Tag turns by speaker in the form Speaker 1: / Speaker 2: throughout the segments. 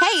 Speaker 1: Hey,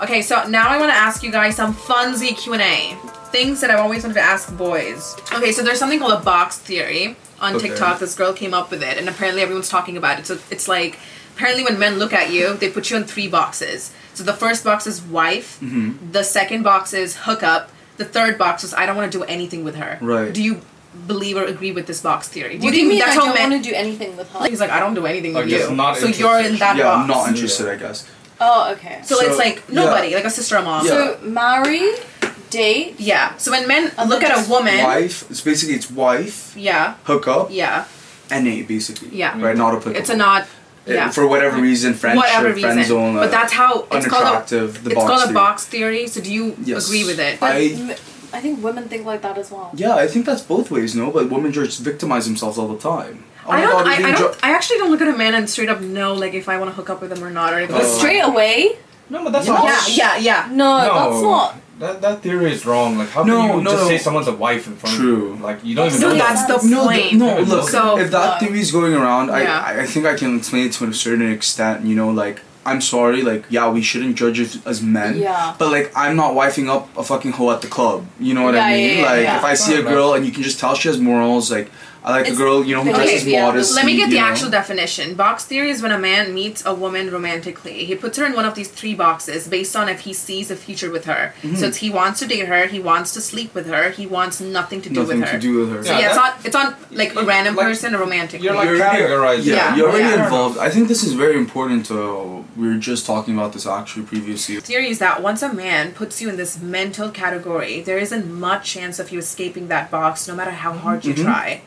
Speaker 2: Okay, so now I want to ask you guys some funsy Q and A things that I've always wanted to ask boys. Okay, so there's something called a box theory on
Speaker 3: Okay.
Speaker 2: TikTok. This girl came up with it, and apparently everyone's talking about it. So it's like apparently when men look at you, they put you in three boxes. So the first box is wife.
Speaker 3: Mm-hmm.
Speaker 2: The second box is hookup. The third box is I don't want to do anything with her.
Speaker 3: Right.
Speaker 2: Do you believe or agree with this box theory?
Speaker 4: What do
Speaker 2: think
Speaker 4: you mean
Speaker 2: that's
Speaker 4: I
Speaker 2: how
Speaker 4: don't
Speaker 2: men-
Speaker 4: want to do anything with her?
Speaker 2: He's like, I don't do anything
Speaker 5: Like,
Speaker 2: with
Speaker 5: just
Speaker 2: you.
Speaker 5: not
Speaker 2: so
Speaker 5: interested.
Speaker 2: you're in that
Speaker 3: yeah,
Speaker 2: box.
Speaker 3: I'm not interested, I guess.
Speaker 4: Oh, okay. So,
Speaker 2: so,
Speaker 3: So,
Speaker 2: it's like
Speaker 3: yeah.
Speaker 2: nobody, like a sister or mom.
Speaker 3: Yeah.
Speaker 4: marry, date,
Speaker 2: Yeah. So when men
Speaker 4: And
Speaker 2: look
Speaker 4: then
Speaker 2: at a
Speaker 4: just
Speaker 2: woman,
Speaker 3: Wife. It's basically it's wife,
Speaker 2: yeah,
Speaker 3: hookup,
Speaker 2: yeah,
Speaker 3: NA basically.
Speaker 2: Yeah.
Speaker 3: Right, not applicable.
Speaker 2: it's a not.
Speaker 3: Uh,
Speaker 2: Yeah.
Speaker 3: For whatever reason, friendship,
Speaker 2: Whatever reason,
Speaker 3: friend zone. uh,
Speaker 2: but that's how it's called. A,
Speaker 3: unattractive, the
Speaker 2: it's
Speaker 3: box
Speaker 2: called a
Speaker 3: theory.
Speaker 2: box theory. So do you
Speaker 3: Yes.
Speaker 2: agree with it?
Speaker 4: but
Speaker 3: I-
Speaker 4: m- I think women think like that as well.
Speaker 3: Yeah, I think that's both ways, no? But women just victimize themselves all the time. Oh
Speaker 2: I
Speaker 3: my
Speaker 2: don't.
Speaker 3: god,
Speaker 2: I,
Speaker 3: you
Speaker 2: I
Speaker 3: think
Speaker 2: don't.
Speaker 3: dr-
Speaker 2: I actually don't look at a man and straight up know like if I want to hook up with him or not or if.
Speaker 4: But
Speaker 3: Oh.
Speaker 4: straight away,
Speaker 5: No, but that's
Speaker 3: Yeah,
Speaker 5: not.
Speaker 2: yeah, yeah, yeah.
Speaker 4: no,
Speaker 5: No,
Speaker 4: that's not.
Speaker 5: That, that theory is wrong. Like, how
Speaker 3: No,
Speaker 5: can you
Speaker 3: no,
Speaker 5: just
Speaker 3: no.
Speaker 5: say someone's a wife in front
Speaker 3: True.
Speaker 5: of you? Like, you don't even
Speaker 2: So
Speaker 5: know
Speaker 2: that's
Speaker 5: that.
Speaker 2: the
Speaker 3: no,
Speaker 2: point.
Speaker 3: th- no, look.
Speaker 2: So- uh,
Speaker 3: if that
Speaker 4: No.
Speaker 3: theory is going around,
Speaker 2: Yeah.
Speaker 3: I, I think I can explain it to a certain extent. You know, like I'm sorry, like yeah, we shouldn't judge it as men.
Speaker 4: Yeah.
Speaker 3: But like, I'm not wifing up a fucking hoe at the club. You know what
Speaker 4: Yeah,
Speaker 3: I
Speaker 4: yeah,
Speaker 3: mean?
Speaker 4: yeah,
Speaker 3: like,
Speaker 4: yeah.
Speaker 3: if I see a girl and you can just tell she has morals, like I like a
Speaker 4: It's
Speaker 3: girl, you know, who
Speaker 4: okay,
Speaker 3: dresses
Speaker 4: yeah, but
Speaker 3: modest.
Speaker 2: Let me get the actual
Speaker 3: Know?
Speaker 2: definition. Box theory is when a man meets a woman romantically. He puts her in one of these three boxes based on if he sees a future with her.
Speaker 3: Mhm.
Speaker 2: So it's he wants to date her, he wants to sleep with her, he wants nothing to do
Speaker 3: Nothing
Speaker 2: with her.
Speaker 3: to do with her.
Speaker 2: So yeah,
Speaker 5: Yeah,
Speaker 2: it's on
Speaker 5: that-
Speaker 2: it's on like a
Speaker 5: you-
Speaker 2: random
Speaker 5: like,
Speaker 2: person, a romantic.
Speaker 5: You're like
Speaker 3: You're-
Speaker 5: categorizing.
Speaker 3: Yeah,
Speaker 2: Yeah.
Speaker 3: you're already
Speaker 2: Yeah.
Speaker 3: involved. I think this is very important to. uh, We were just talking about this actually previously.
Speaker 2: theory is that once a man puts you in this mental category, there isn't much chance of you escaping that box, no matter how hard
Speaker 3: Mm-hmm.
Speaker 2: you try.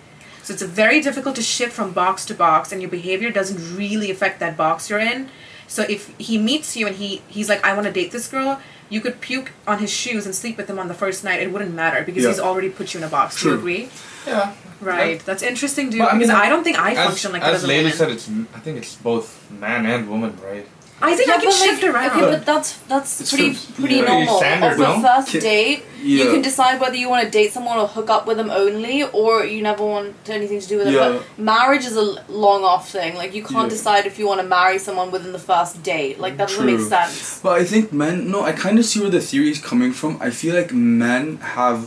Speaker 2: So it's very difficult to shift from box to box, and your behavior doesn't really affect that box you're in. So if he meets you and he he's like, I want to date this girl, you could puke on his shoes and sleep with him on the first night. It wouldn't matter because
Speaker 3: Yeah.
Speaker 2: he's already put you in a box. Do you
Speaker 3: True.
Speaker 2: agree?
Speaker 5: Yeah.
Speaker 2: Right. That's interesting, dude.
Speaker 5: But I mean,
Speaker 2: because I don't think I
Speaker 5: As,
Speaker 2: function like that
Speaker 5: as
Speaker 2: as a
Speaker 5: Layla
Speaker 2: woman.
Speaker 5: said, it's I think it's both man and woman, right?
Speaker 2: I think I
Speaker 4: Yeah,
Speaker 2: can
Speaker 4: but, like,
Speaker 2: shift around.
Speaker 4: Okay, but that's that's
Speaker 3: It's
Speaker 4: pretty
Speaker 3: pretty-
Speaker 4: pretty
Speaker 5: pretty
Speaker 4: normal.
Speaker 5: standard,
Speaker 4: Of the
Speaker 5: no?
Speaker 4: first
Speaker 3: Ki-
Speaker 4: date, you
Speaker 3: yeah.
Speaker 4: can decide whether you want to date someone or hook up with them only, or you never want anything to do with
Speaker 3: Yeah.
Speaker 4: them. But marriage is a long off thing. Like you can't
Speaker 3: Yeah.
Speaker 4: decide if you want to marry someone within the first date. Like that doesn't make
Speaker 3: True.
Speaker 4: sense.
Speaker 3: But I think men, no, I kind of see where the theory is coming from. I feel like men have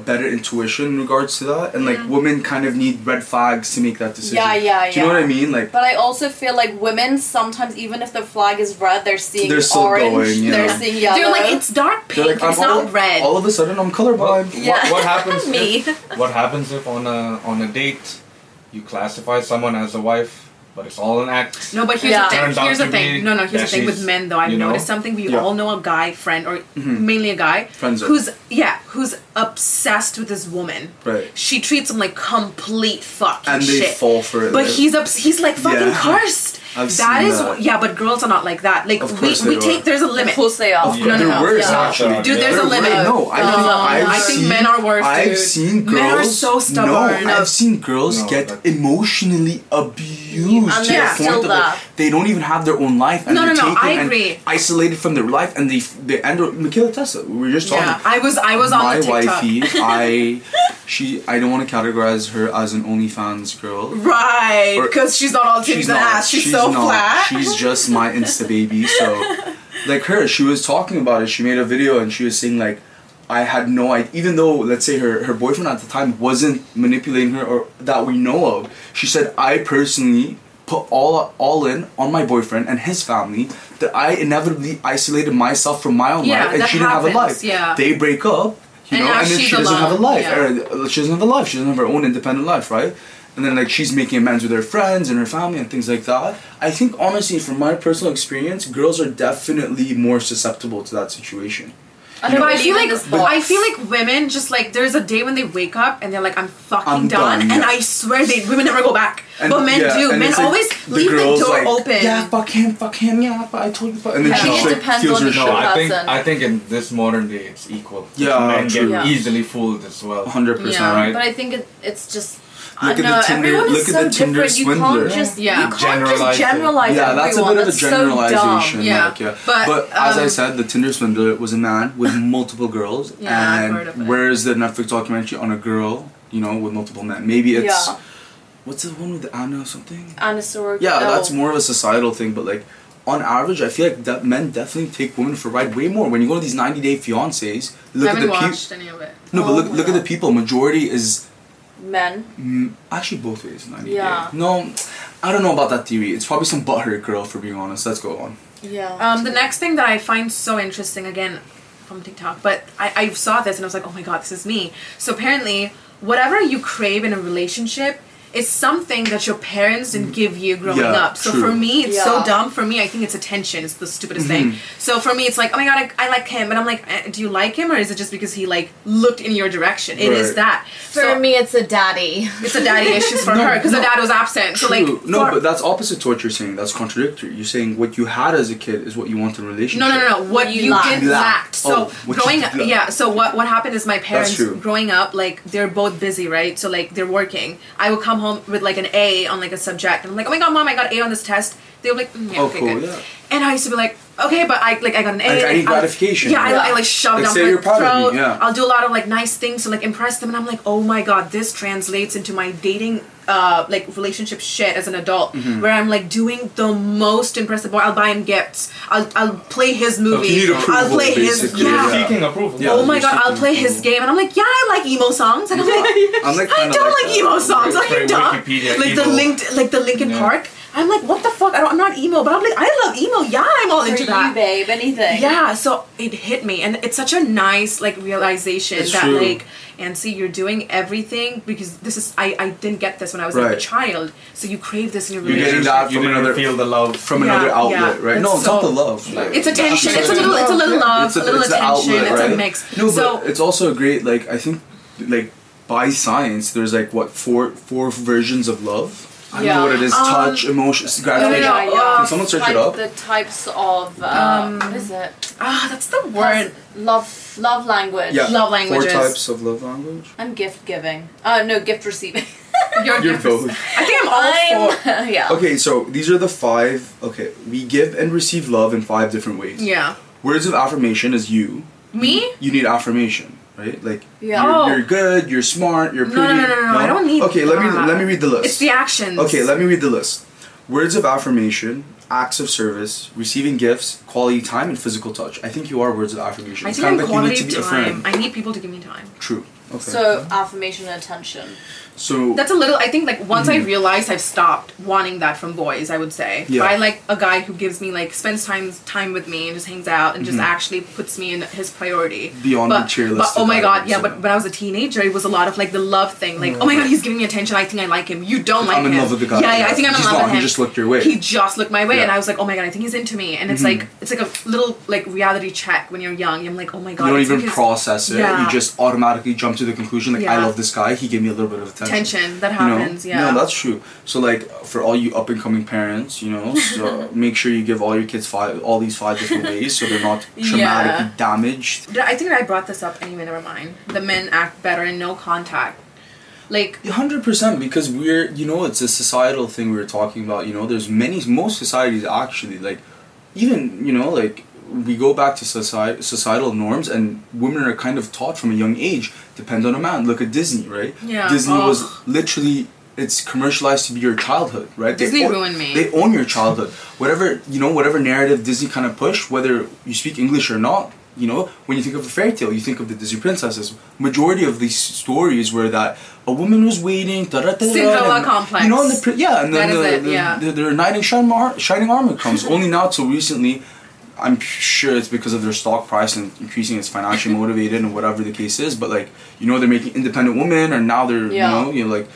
Speaker 3: a better intuition in regards to that, and like women kind of need red flags to make that decision.
Speaker 4: Yeah, yeah,
Speaker 3: Do you know
Speaker 4: yeah.
Speaker 3: what I mean? Like,
Speaker 4: But I also feel like women sometimes, even if the flag is red, they're seeing
Speaker 3: They're still
Speaker 4: orange,
Speaker 3: going, yeah.
Speaker 4: they're seeing yellow.
Speaker 2: Dude, like it's dark
Speaker 3: they're
Speaker 2: pink.
Speaker 3: like,
Speaker 2: it's
Speaker 3: I'm
Speaker 2: not
Speaker 3: all,
Speaker 2: red.
Speaker 3: All of a sudden, I'm
Speaker 5: What,
Speaker 3: colorblind.
Speaker 4: Yeah.
Speaker 5: what, what happens?
Speaker 2: Me.
Speaker 5: If, what happens if on a on a date you classify someone as a wife, but it's all an act?
Speaker 2: No, but here's
Speaker 4: Yeah.
Speaker 2: the
Speaker 5: Turns
Speaker 2: thing.
Speaker 5: out
Speaker 2: Here's the
Speaker 5: to
Speaker 2: thing.
Speaker 5: be
Speaker 2: No, no. Here's the
Speaker 5: that
Speaker 2: thing with
Speaker 5: she's,
Speaker 2: men, though. I've
Speaker 5: you know?
Speaker 2: noticed something. We
Speaker 3: Yeah. Mm-hmm.
Speaker 2: all know a guy friend, or mainly a guy,
Speaker 3: Friend zone.
Speaker 2: who's yeah, who's obsessed with this woman.
Speaker 3: Right.
Speaker 2: She treats him like complete fucking
Speaker 3: And they
Speaker 2: shit.
Speaker 3: fall for it.
Speaker 2: But
Speaker 3: like-
Speaker 2: he's ups- he's like fucking
Speaker 3: Yeah.
Speaker 2: cursed.
Speaker 3: I've
Speaker 2: That
Speaker 3: seen
Speaker 2: is
Speaker 3: that.
Speaker 2: yeah, but girls are not like that. Like
Speaker 3: Of
Speaker 2: we,
Speaker 3: course
Speaker 2: we
Speaker 3: they
Speaker 2: take
Speaker 3: are.
Speaker 2: there's a limit.
Speaker 4: of course they are.
Speaker 3: Of
Speaker 2: No, no,
Speaker 3: course, they're
Speaker 2: no,
Speaker 3: worse
Speaker 2: yeah.
Speaker 3: actually.
Speaker 2: Dude, there's
Speaker 3: They're
Speaker 2: a limit.
Speaker 3: worse. No, I
Speaker 2: No,
Speaker 3: think
Speaker 2: no,
Speaker 3: I've
Speaker 2: I think
Speaker 3: seen-
Speaker 2: men are worse,
Speaker 3: I've
Speaker 2: dude.
Speaker 3: seen girls.
Speaker 2: Men are so stubborn.
Speaker 3: No, I've seen girls
Speaker 5: No,
Speaker 3: get
Speaker 5: that-
Speaker 3: emotionally abused
Speaker 4: And
Speaker 3: to
Speaker 4: they're
Speaker 3: the
Speaker 4: still
Speaker 3: point of
Speaker 4: there.
Speaker 3: like, they don't even have their own life. And
Speaker 2: No, no,
Speaker 3: they're
Speaker 2: no,
Speaker 3: taken
Speaker 2: I
Speaker 3: and
Speaker 2: agree.
Speaker 3: Isolated from their life, and they they end up. Michaela Tessa, we were just talking.
Speaker 2: Yeah, I was I was on
Speaker 3: My
Speaker 2: the TikTok.
Speaker 3: wifey, I, she, I don't want to categorize her as an OnlyFans girl.
Speaker 2: Right,
Speaker 3: Or-
Speaker 2: because she's not all titties and ass. She's, so
Speaker 3: not.
Speaker 2: flat.
Speaker 3: She's just my insta baby. So, like her, she was talking about it. She made a video and she was saying like, I had no idea. Even though let's say her her boyfriend at the time wasn't manipulating her or that we know of, she said I personally put all all in on my boyfriend and his family that I inevitably isolated myself from my own
Speaker 2: Yeah,
Speaker 3: life, and
Speaker 2: that
Speaker 3: she didn't have a
Speaker 2: happens,
Speaker 3: life.
Speaker 2: yeah.
Speaker 3: They break up, you
Speaker 2: And
Speaker 3: know,
Speaker 2: now
Speaker 3: and then
Speaker 2: she's
Speaker 3: she doesn't have a
Speaker 2: alone,
Speaker 3: life.
Speaker 2: yeah.
Speaker 3: or, uh, she doesn't have a life. She doesn't have her own independent life, right? And then like she's making amends with her friends and her family and things like that. I think honestly, from my personal experience, girls are definitely more susceptible to that situation.
Speaker 2: But I
Speaker 4: believe
Speaker 2: feel
Speaker 4: in
Speaker 2: like
Speaker 4: this
Speaker 2: I
Speaker 4: box.
Speaker 2: feel like women just like there's a day when they wake up and they're like I'm fucking
Speaker 3: I'm
Speaker 2: done,
Speaker 3: done,
Speaker 2: and
Speaker 3: yeah.
Speaker 2: I swear they women never go back,
Speaker 3: And-
Speaker 2: but men
Speaker 3: yeah,
Speaker 2: do.
Speaker 3: and
Speaker 2: Men
Speaker 3: it's like
Speaker 2: always leave the
Speaker 3: girl's
Speaker 2: door
Speaker 3: like,
Speaker 2: open.
Speaker 3: Yeah, fuck him, fuck him. Yeah, but I told you. Fuck. And then
Speaker 4: I
Speaker 3: she
Speaker 4: think
Speaker 3: just
Speaker 4: it
Speaker 3: like
Speaker 4: depends
Speaker 3: feels
Speaker 4: on
Speaker 3: her
Speaker 4: the
Speaker 3: shit.
Speaker 4: show.
Speaker 5: I think
Speaker 4: Person.
Speaker 5: I think in this modern day it's equal.
Speaker 3: Yeah,
Speaker 5: men
Speaker 3: true.
Speaker 5: get
Speaker 4: Yeah.
Speaker 5: easily fooled as well.
Speaker 3: Hundred percent.
Speaker 2: Yeah.
Speaker 5: Right.
Speaker 4: But I think it, it's just.
Speaker 3: Look
Speaker 4: I
Speaker 3: at
Speaker 4: know,
Speaker 3: the Tinder-
Speaker 4: everyone is
Speaker 3: look at
Speaker 4: so
Speaker 3: the Tinder
Speaker 4: different. You
Speaker 3: swindler.
Speaker 4: can't just,
Speaker 2: Yeah.
Speaker 4: you can't
Speaker 5: Generalize
Speaker 4: just
Speaker 5: it.
Speaker 4: generalize
Speaker 3: Yeah, that's a
Speaker 4: everyone.
Speaker 3: bit of a
Speaker 4: That's so
Speaker 3: generalization.
Speaker 4: dumb.
Speaker 2: Yeah.
Speaker 3: Like, yeah.
Speaker 2: But,
Speaker 3: But, as I
Speaker 2: um,
Speaker 3: said, the Tinder swindler was a man with multiple girls.
Speaker 2: Yeah, I've
Speaker 3: and
Speaker 2: heard of it.
Speaker 3: where is the Netflix documentary on a girl, you know, with multiple men? Maybe it's
Speaker 4: Yeah.
Speaker 3: what's the one with the Anna or something?
Speaker 4: And it's so-
Speaker 3: Yeah,
Speaker 4: no.
Speaker 3: that's more of a societal thing, but like on average, I feel like that men definitely take women for a ride way more. When you go to these 90 day fiancés, look at
Speaker 2: haven't
Speaker 3: the
Speaker 2: watched
Speaker 3: people.
Speaker 2: any of it.
Speaker 3: No, but
Speaker 4: Oh
Speaker 3: look,
Speaker 4: my
Speaker 3: look at the
Speaker 4: God.
Speaker 3: people. Majority is
Speaker 4: men.
Speaker 3: Mm, actually, both ways. 90
Speaker 4: Yeah.
Speaker 3: Day. No, I don't know about that theory. It's probably some butthurt girl, for being honest. Let's go on.
Speaker 4: Yeah.
Speaker 2: Um, the next thing that I find so interesting, again, from TikTok, but I, I saw this and I was like, oh my god, this is me. So apparently, whatever you crave in a relationship is something that your parents didn't give you growing
Speaker 3: Yeah,
Speaker 2: up. So
Speaker 3: true.
Speaker 2: for me, it's so
Speaker 4: Yeah.
Speaker 2: dumb. For me, I think it's attention. It's the stupidest thing.
Speaker 3: Mm-hmm.
Speaker 2: So for me, it's like, oh my god, I, I like him. And I'm like, eh, do you like him or is it just because he like looked in your direction? It is
Speaker 3: Right.
Speaker 2: that.
Speaker 6: For
Speaker 2: so
Speaker 6: me, it's a daddy.
Speaker 2: it's a daddy issues for her 'cause her because
Speaker 3: no.
Speaker 2: the dad was absent. So like,
Speaker 3: True. no,
Speaker 2: for-
Speaker 3: but that's opposite to what you're saying. That's contradictory. You're saying what you had as a kid is what you want in a relationship.
Speaker 2: No, no, no, no. What you,
Speaker 6: You lacked.
Speaker 2: did lacked.
Speaker 3: Oh,
Speaker 2: So
Speaker 3: what you
Speaker 2: growing
Speaker 3: did
Speaker 2: up,
Speaker 3: lack.
Speaker 2: yeah. So what what happened is my parents
Speaker 3: true.
Speaker 2: growing up, like they're both busy, right? So like they're working. I would come home with like an A on like a subject, and I'm like, oh my god, mom, I got A on this test. They were like, mm, yeah,
Speaker 3: Oh,
Speaker 2: okay,
Speaker 3: cool,
Speaker 2: good.
Speaker 3: yeah.
Speaker 2: And I used to be like, okay, but I like I got an A.
Speaker 3: Like, I
Speaker 2: like,
Speaker 3: need
Speaker 2: I'll-
Speaker 3: gratification.
Speaker 2: Yeah,
Speaker 3: Yeah.
Speaker 2: I, I like shove
Speaker 3: Like,
Speaker 2: down
Speaker 3: say
Speaker 2: my
Speaker 3: you're proud of me,
Speaker 2: throat.
Speaker 3: yeah.
Speaker 2: I'll do a lot of like nice things to like impress them, and I'm like, oh my god, this translates into my dating. Uh, like relationship shit as an adult,
Speaker 3: Mm-hmm.
Speaker 2: where I'm like doing the most impressive boy. I'll buy him gifts. I'll I'll play his movie.
Speaker 3: you need
Speaker 2: I'll
Speaker 3: approval,
Speaker 2: play his
Speaker 3: basically,
Speaker 2: yeah.
Speaker 3: yeah.
Speaker 5: Seeking approval.
Speaker 3: Yeah.
Speaker 2: Oh my
Speaker 3: You're
Speaker 2: god, I'll
Speaker 3: seeking
Speaker 2: play his
Speaker 3: approval.
Speaker 2: game, and I'm like, yeah, I like emo songs. And I'm like,
Speaker 3: I'm like
Speaker 2: I
Speaker 3: kinda
Speaker 2: don't
Speaker 3: like
Speaker 2: like,
Speaker 3: that.
Speaker 2: emo songs. Like
Speaker 5: Very
Speaker 2: you're dumb.
Speaker 5: Wikipedia
Speaker 2: Like the
Speaker 5: emo.
Speaker 2: linked, like the Linkin
Speaker 5: Yeah.
Speaker 2: Park. I'm like, what the fuck? I don't, I'm not emo, but I'm like, I love emo. Yeah, I'm all
Speaker 4: For
Speaker 2: into
Speaker 4: you,
Speaker 2: that.
Speaker 4: babe, anything.
Speaker 2: Yeah, so it hit me, and it's such a nice like realization
Speaker 3: It's
Speaker 2: that
Speaker 3: true.
Speaker 2: like, and see, you're doing everything because this is I I didn't get this when I was like,
Speaker 3: Right.
Speaker 2: a child, so you crave this in your
Speaker 3: You're
Speaker 2: relationship.
Speaker 3: getting that
Speaker 5: You
Speaker 3: from
Speaker 5: didn't
Speaker 3: another
Speaker 5: feel the love.
Speaker 3: from
Speaker 2: Yeah,
Speaker 3: another
Speaker 2: yeah.
Speaker 3: outlet, right? No,
Speaker 2: It's
Speaker 3: it's not
Speaker 2: so-
Speaker 3: the love. Like,
Speaker 2: It's attention.
Speaker 3: that's
Speaker 2: It's a
Speaker 3: the-
Speaker 2: little. It's a little love.
Speaker 3: It's
Speaker 2: a, little
Speaker 3: it's the
Speaker 2: attention.
Speaker 3: outlet,
Speaker 2: it's a
Speaker 3: right?
Speaker 2: mix.
Speaker 3: No, but
Speaker 2: so
Speaker 3: it's also a great like I think like by science there's like what four four versions of love. I don't know
Speaker 4: Yeah.
Speaker 3: what it is.
Speaker 2: Um,
Speaker 3: touch, emotion, gratification.
Speaker 2: yeah, yeah.
Speaker 3: Can someone search
Speaker 4: like
Speaker 3: it up?
Speaker 4: the types of uh, what is it?
Speaker 2: ah, that's the word.
Speaker 4: Love, love language.
Speaker 3: yeah,
Speaker 2: love languages.
Speaker 3: Four types of love language.
Speaker 4: I'm gift giving. Uh, no, gift receiving.
Speaker 3: You're both.
Speaker 2: I think I'm all for.
Speaker 4: yeah.
Speaker 3: Okay, so these are the five. Okay, we give and receive love in five different ways.
Speaker 2: Yeah.
Speaker 3: Words of affirmation is you.
Speaker 2: Me?
Speaker 3: You need affirmation, right? Like
Speaker 4: Yeah.
Speaker 3: you're,
Speaker 2: Oh.
Speaker 3: you're good, you're smart, you're
Speaker 2: No,
Speaker 3: pretty.
Speaker 2: no, no, no, no, I don't need.
Speaker 3: Okay, let me
Speaker 2: that.
Speaker 3: let me read the list.
Speaker 2: It's the actions.
Speaker 3: Okay, let me read the list. Words of affirmation, acts of service, receiving gifts, quality time, and physical touch. I think you are words of affirmation.
Speaker 2: I
Speaker 3: It's
Speaker 2: think
Speaker 3: kind
Speaker 2: I'm
Speaker 3: of like you need
Speaker 2: quality
Speaker 3: to be
Speaker 2: time.
Speaker 3: affirmed.
Speaker 2: I need people to give me time.
Speaker 3: True. Okay.
Speaker 4: So affirmation and attention.
Speaker 3: So-
Speaker 2: That's a little. I think like once I realized I've stopped wanting that from boys, I would say.
Speaker 3: Mm-hmm. Yeah.
Speaker 2: If I like a guy who gives me like spends time time with me and just hangs out and just actually puts me in his priority.
Speaker 3: Mm-hmm. Beyond
Speaker 2: but,
Speaker 3: the cheer
Speaker 2: but-
Speaker 3: list
Speaker 2: oh
Speaker 3: that
Speaker 2: my
Speaker 3: I
Speaker 2: god,
Speaker 3: would
Speaker 2: yeah.
Speaker 3: say.
Speaker 2: But when I was a teenager, it was a lot of like the love thing. Like, oh my god, he's giving me attention. I think I like him. You don't like
Speaker 3: Mm-hmm. I'm
Speaker 2: him.
Speaker 3: in love with the guy,
Speaker 2: Yeah, yeah.
Speaker 3: yeah.
Speaker 2: I think I'm
Speaker 3: He's
Speaker 2: in love
Speaker 3: not,
Speaker 2: with
Speaker 3: he
Speaker 2: him.
Speaker 3: just looked your way.
Speaker 2: He just looked my way,
Speaker 3: Yeah.
Speaker 2: and
Speaker 3: Mm-hmm.
Speaker 2: I was like, oh my god, I think he's into me. And it's like it's like a little like reality check when you're young. I'm like, oh my god,
Speaker 3: you don't
Speaker 2: it's
Speaker 3: even
Speaker 2: because-
Speaker 3: process it.
Speaker 2: Yeah.
Speaker 3: You just automatically jump to the conclusion like I
Speaker 2: Yeah.
Speaker 3: love this guy. He gave me a little bit of attention.
Speaker 2: Tension, that
Speaker 3: You know?
Speaker 2: happens, yeah.
Speaker 3: No, that's true. So like for all you up and coming parents, you know, so make sure you give all your kids five all these five different ways so they're not traumatically
Speaker 2: Yeah.
Speaker 3: damaged.
Speaker 2: Did- I think I brought this up anyway. Never mind. The men act better in no contact. Like
Speaker 3: Hundred percent, because we're you know it's a societal thing we were talking about. You know, there's many most societies actually like, even you know like we go back to society societal norms and women are kind of taught from a young age depend on a man. Look at Disney, right?
Speaker 2: Yeah,
Speaker 3: Disney
Speaker 2: ugh.
Speaker 3: was literally it's commercialized to be your childhood, right?
Speaker 6: Disney
Speaker 3: own,
Speaker 6: ruined me.
Speaker 3: They own your childhood. Whatever you know, whatever narrative Disney kind of pushed, whether you speak English or not, you know, when you think of a fairy tale, you think of the Disney princesses. Majority of these stories were that a woman was waiting, da da da da.
Speaker 6: Cinderella
Speaker 3: and,
Speaker 6: complex.
Speaker 3: You know, and the pri- yeah, and then
Speaker 6: That
Speaker 3: the,
Speaker 6: is it,
Speaker 3: the,
Speaker 6: yeah.
Speaker 3: the, their knight in shining, mar- shining armor comes. Only now, till recently, I'm sure it's because of their stock price and increasing it's financially motivated and whatever the case is. But like, you know, they're making independent women, or now they're
Speaker 4: Yeah.
Speaker 3: you know, you know, like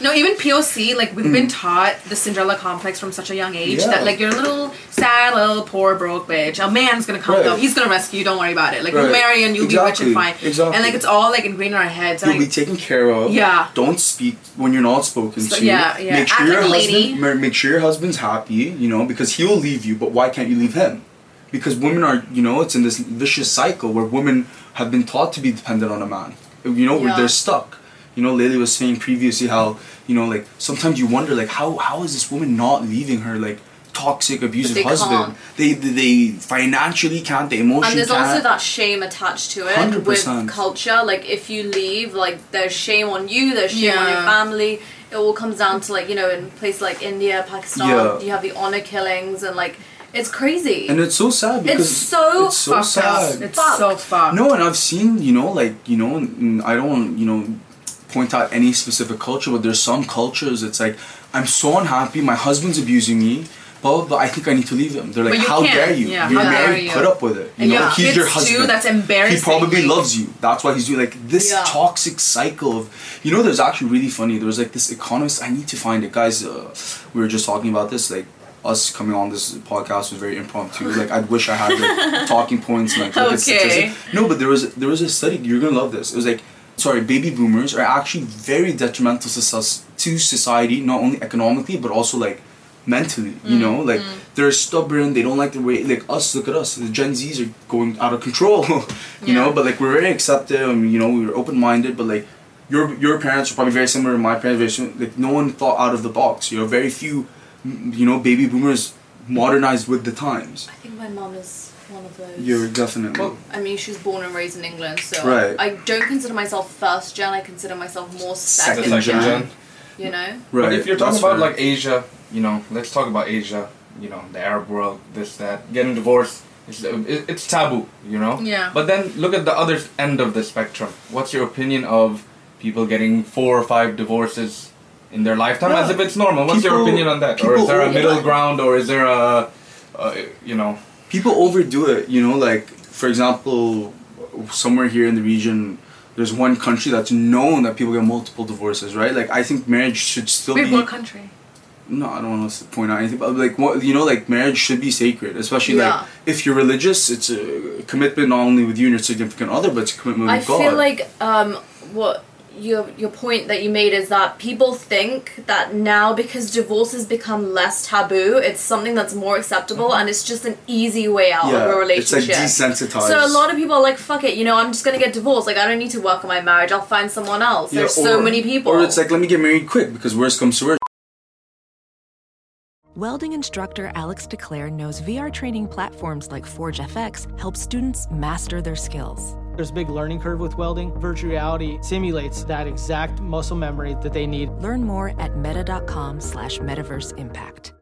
Speaker 2: No, even POC, like we've been taught the Cinderella complex from such a young age
Speaker 3: Mm. Yeah.
Speaker 2: that like you're a little sad, little poor, broke bitch. A man's gonna come
Speaker 3: Right.
Speaker 2: though, he's gonna rescue you, don't worry about it. Like
Speaker 3: Right.
Speaker 2: you'll marry and you'll
Speaker 3: Exactly,
Speaker 2: be rich and fine.
Speaker 3: exactly.
Speaker 2: And like it's all like ingrained in our heads. And
Speaker 3: you'll be
Speaker 2: like,
Speaker 3: taken care of.
Speaker 2: Yeah.
Speaker 3: Don't speak when you're not spoken
Speaker 2: So-
Speaker 3: to.
Speaker 2: yeah, yeah.
Speaker 3: Make sure
Speaker 2: Act
Speaker 3: your
Speaker 2: like a lady.
Speaker 3: husband ma- make sure your husband's happy, you know, because he'll leave you, but why can't you leave him? Because women are, you know, it's in this vicious cycle where women have been taught to be dependent on a man. You know, where
Speaker 4: Yeah.
Speaker 3: they're stuck. You know, Lily was saying previously how, you know, like sometimes you wonder like how how is this woman not leaving her like toxic abusive
Speaker 4: they
Speaker 3: husband?
Speaker 4: can't.
Speaker 3: They, they they financially can't, they emotionally
Speaker 4: and there's
Speaker 3: can't.
Speaker 4: also that shame attached to it
Speaker 3: 100%.
Speaker 4: with culture. Like if you leave, like there's shame on you, there's shame on your
Speaker 2: Yeah.
Speaker 4: family. It all comes down to like you know in places like India, Pakistan,
Speaker 3: Yeah.
Speaker 4: you have the honor killings and like it's crazy.
Speaker 3: and it's so sad because
Speaker 4: so
Speaker 3: it's so
Speaker 2: fucked
Speaker 3: sad.
Speaker 2: up. It's
Speaker 4: Fucked.
Speaker 2: so fucked.
Speaker 3: No, and I've seen, you know, like, you know, and I don't, you know, point out any specific culture, but there's some cultures it's like, I'm so unhappy, my husband's abusing me, blah, blah, blah, I think I need to leave him. They're like,
Speaker 2: But you
Speaker 3: how
Speaker 2: can't.
Speaker 3: dare you?
Speaker 2: Yeah,
Speaker 3: You're
Speaker 2: how dare
Speaker 3: married,
Speaker 2: you.
Speaker 3: put up with it. You
Speaker 2: And
Speaker 3: know,
Speaker 2: you have
Speaker 3: he's
Speaker 2: kids
Speaker 3: your
Speaker 2: too,
Speaker 3: husband.
Speaker 2: that's embarrassing,
Speaker 3: He probably
Speaker 2: like-
Speaker 3: loves you. That's why he's doing like this
Speaker 4: Yeah.
Speaker 3: toxic cycle of, you know, there's actually really funny. There was like this economist, I need to find it. Guys, uh, we were just talking about this, like, us coming on this podcast was very impromptu. Like I wish I had like talking points and like look at
Speaker 2: Okay.
Speaker 3: statistics. No, but there was there was a study. You're gonna love this. It was like, sorry, baby boomers are actually very detrimental to sus- to society, not only economically but also like mentally. You know, like they're stubborn. They don't like the way like us. Look at us. The Gen Zs are going out of control. you know, but like we're very acceptive. And, you know, we were open minded, but like. Your, your parents were probably very similar to my parents. Very sim- like no one thought out of the box. You know, very few, m- you know, baby boomers modernized with the times.
Speaker 4: I think my mum is one of those.
Speaker 3: You're definitely
Speaker 4: I mean, she was born and raised in England, so
Speaker 3: Right.
Speaker 4: I don't consider myself first gen. I consider myself more second,
Speaker 3: Second
Speaker 5: Second
Speaker 4: gen,
Speaker 5: gen.
Speaker 4: You know,
Speaker 3: right.
Speaker 5: But if you're talking
Speaker 3: that's
Speaker 5: about
Speaker 3: fair.
Speaker 5: like Asia, you know, let's talk about Asia. You know, the Arab world, this, that, getting divorced. It's, uh, it- it's taboo, you know.
Speaker 2: Yeah.
Speaker 5: But then look at the other end of the spectrum. What's your opinion of people getting four or five divorces in their lifetime, as
Speaker 3: Yeah.
Speaker 5: if it's normal? What's your
Speaker 3: People-
Speaker 5: opinion on that? Or
Speaker 3: people
Speaker 5: is there a
Speaker 3: over-
Speaker 5: middle ground? Or is there a, uh, you know?
Speaker 3: people overdo it, you know, like for example, somewhere here in the region, there's one country that's known that people get multiple divorces, right? Like I think marriage should still
Speaker 2: Wait,
Speaker 3: be
Speaker 2: what country?
Speaker 3: no, I don't want to point out anything, but like what you know, like marriage should be sacred, especially
Speaker 4: Yeah.
Speaker 3: like if you're religious, it's a commitment not only with you and your significant other, but it's a commitment
Speaker 4: I
Speaker 3: with Oh God.
Speaker 4: feel like um, what your your point that you made is that people think that now because divorces become less taboo, it's something that's more acceptable and it's just an easy way out of
Speaker 3: Mm-hmm. Yeah,
Speaker 4: a
Speaker 3: it's, like,
Speaker 4: relationship.
Speaker 3: desensitized.
Speaker 4: So a lot of people are like, "Fuck it," you know. I'm just gonna get divorced. Like I don't need to work on my marriage. I'll find someone else. There's
Speaker 3: Yeah,
Speaker 4: so
Speaker 3: or-
Speaker 4: many people.
Speaker 3: Or it's like let me get married quick because worse comes to worse.
Speaker 7: Welding instructor Alex DeClaire knows VR training platforms like Forge FX help students master their skills.
Speaker 8: There's a big learning curve with welding. Virtual reality simulates that exact muscle memory that they need.
Speaker 7: Learn more at meta.com slash metaverse impact.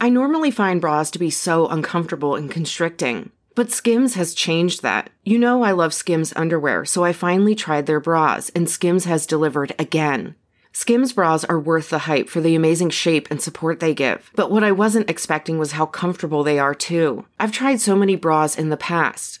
Speaker 9: I normally find bras to be so uncomfortable and constricting, but Skims has changed that. You know, I love Skims underwear, so I finally tried their bras, and Skims has delivered again. Skims bras are worth the hype for the amazing shape and support they give, but what I wasn't expecting was how comfortable they are too. I've tried so many bras in the past,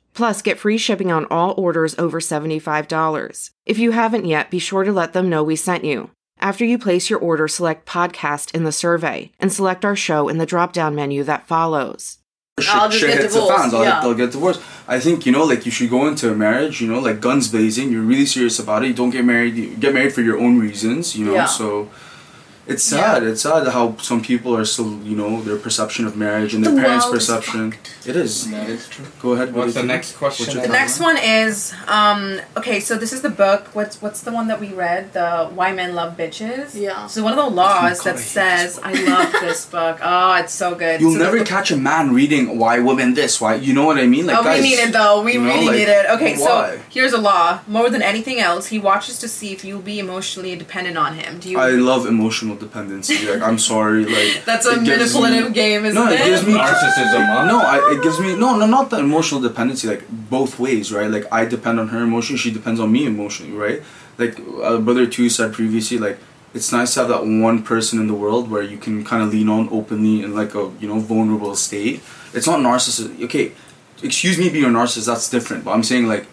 Speaker 9: Plus, get free shipping on all orders over $75. If you haven't yet, be sure to let them know we sent you. After you place your order, select podcast in the survey and select our show in the drop down menu that follows.
Speaker 3: shit,
Speaker 4: I'll just
Speaker 3: shit
Speaker 4: get
Speaker 3: hits the
Speaker 4: divorced,
Speaker 3: fans. I'll,
Speaker 4: yeah.
Speaker 3: they'll get divorced. I think you know, like you should go into a marriage, you know, like guns blazing. You're really serious about it. You don't get married. You get married for your own reasons, you know.
Speaker 4: Yeah.
Speaker 3: So It's sad. It's sad how some people are still, you know, their perception of marriage and their
Speaker 4: The
Speaker 3: parents'
Speaker 4: world is
Speaker 3: perception. It is.
Speaker 5: That is true.
Speaker 3: Go ahead. what
Speaker 5: What's
Speaker 3: do you
Speaker 5: the
Speaker 3: think?
Speaker 5: next question?
Speaker 3: What's your
Speaker 5: The
Speaker 3: comment?
Speaker 2: Next one is um okay, so this is the book. What's what's the one that we read? The Why Men Love Bitches.
Speaker 4: Yeah.
Speaker 2: So one of the laws
Speaker 3: God,
Speaker 2: that
Speaker 3: I hate this
Speaker 2: says I love this book. Oh, it's so good.
Speaker 3: You'll
Speaker 2: So the-
Speaker 3: never catch a man reading why women this, why you know what I mean? Like
Speaker 2: oh,
Speaker 3: guys,
Speaker 2: we need it though. We
Speaker 3: you know,
Speaker 2: really
Speaker 3: like,
Speaker 2: need it. Okay,
Speaker 3: why?
Speaker 2: so here's a law. More than anything else, he watches to see if you'll be emotionally dependent on him. Do you?
Speaker 3: I love emotional dependency. Like I'm sorry, like
Speaker 2: That's a
Speaker 3: it gives
Speaker 2: manipulative
Speaker 3: me-
Speaker 2: game, isn't
Speaker 3: no,
Speaker 2: it?
Speaker 3: it gives me
Speaker 5: Narcissism, huh?
Speaker 3: No, I, it gives me no, no, not the emotional dependency. Like both ways, right? Like I depend on her emotionally, she depends on me emotionally, right? Like uh, brother two said previously, like it's nice to have that one person in the world where you can kind of lean on openly in like a you know vulnerable state. It's not narcissism. Okay, excuse me, being a narcissist, that's different. But I'm saying like.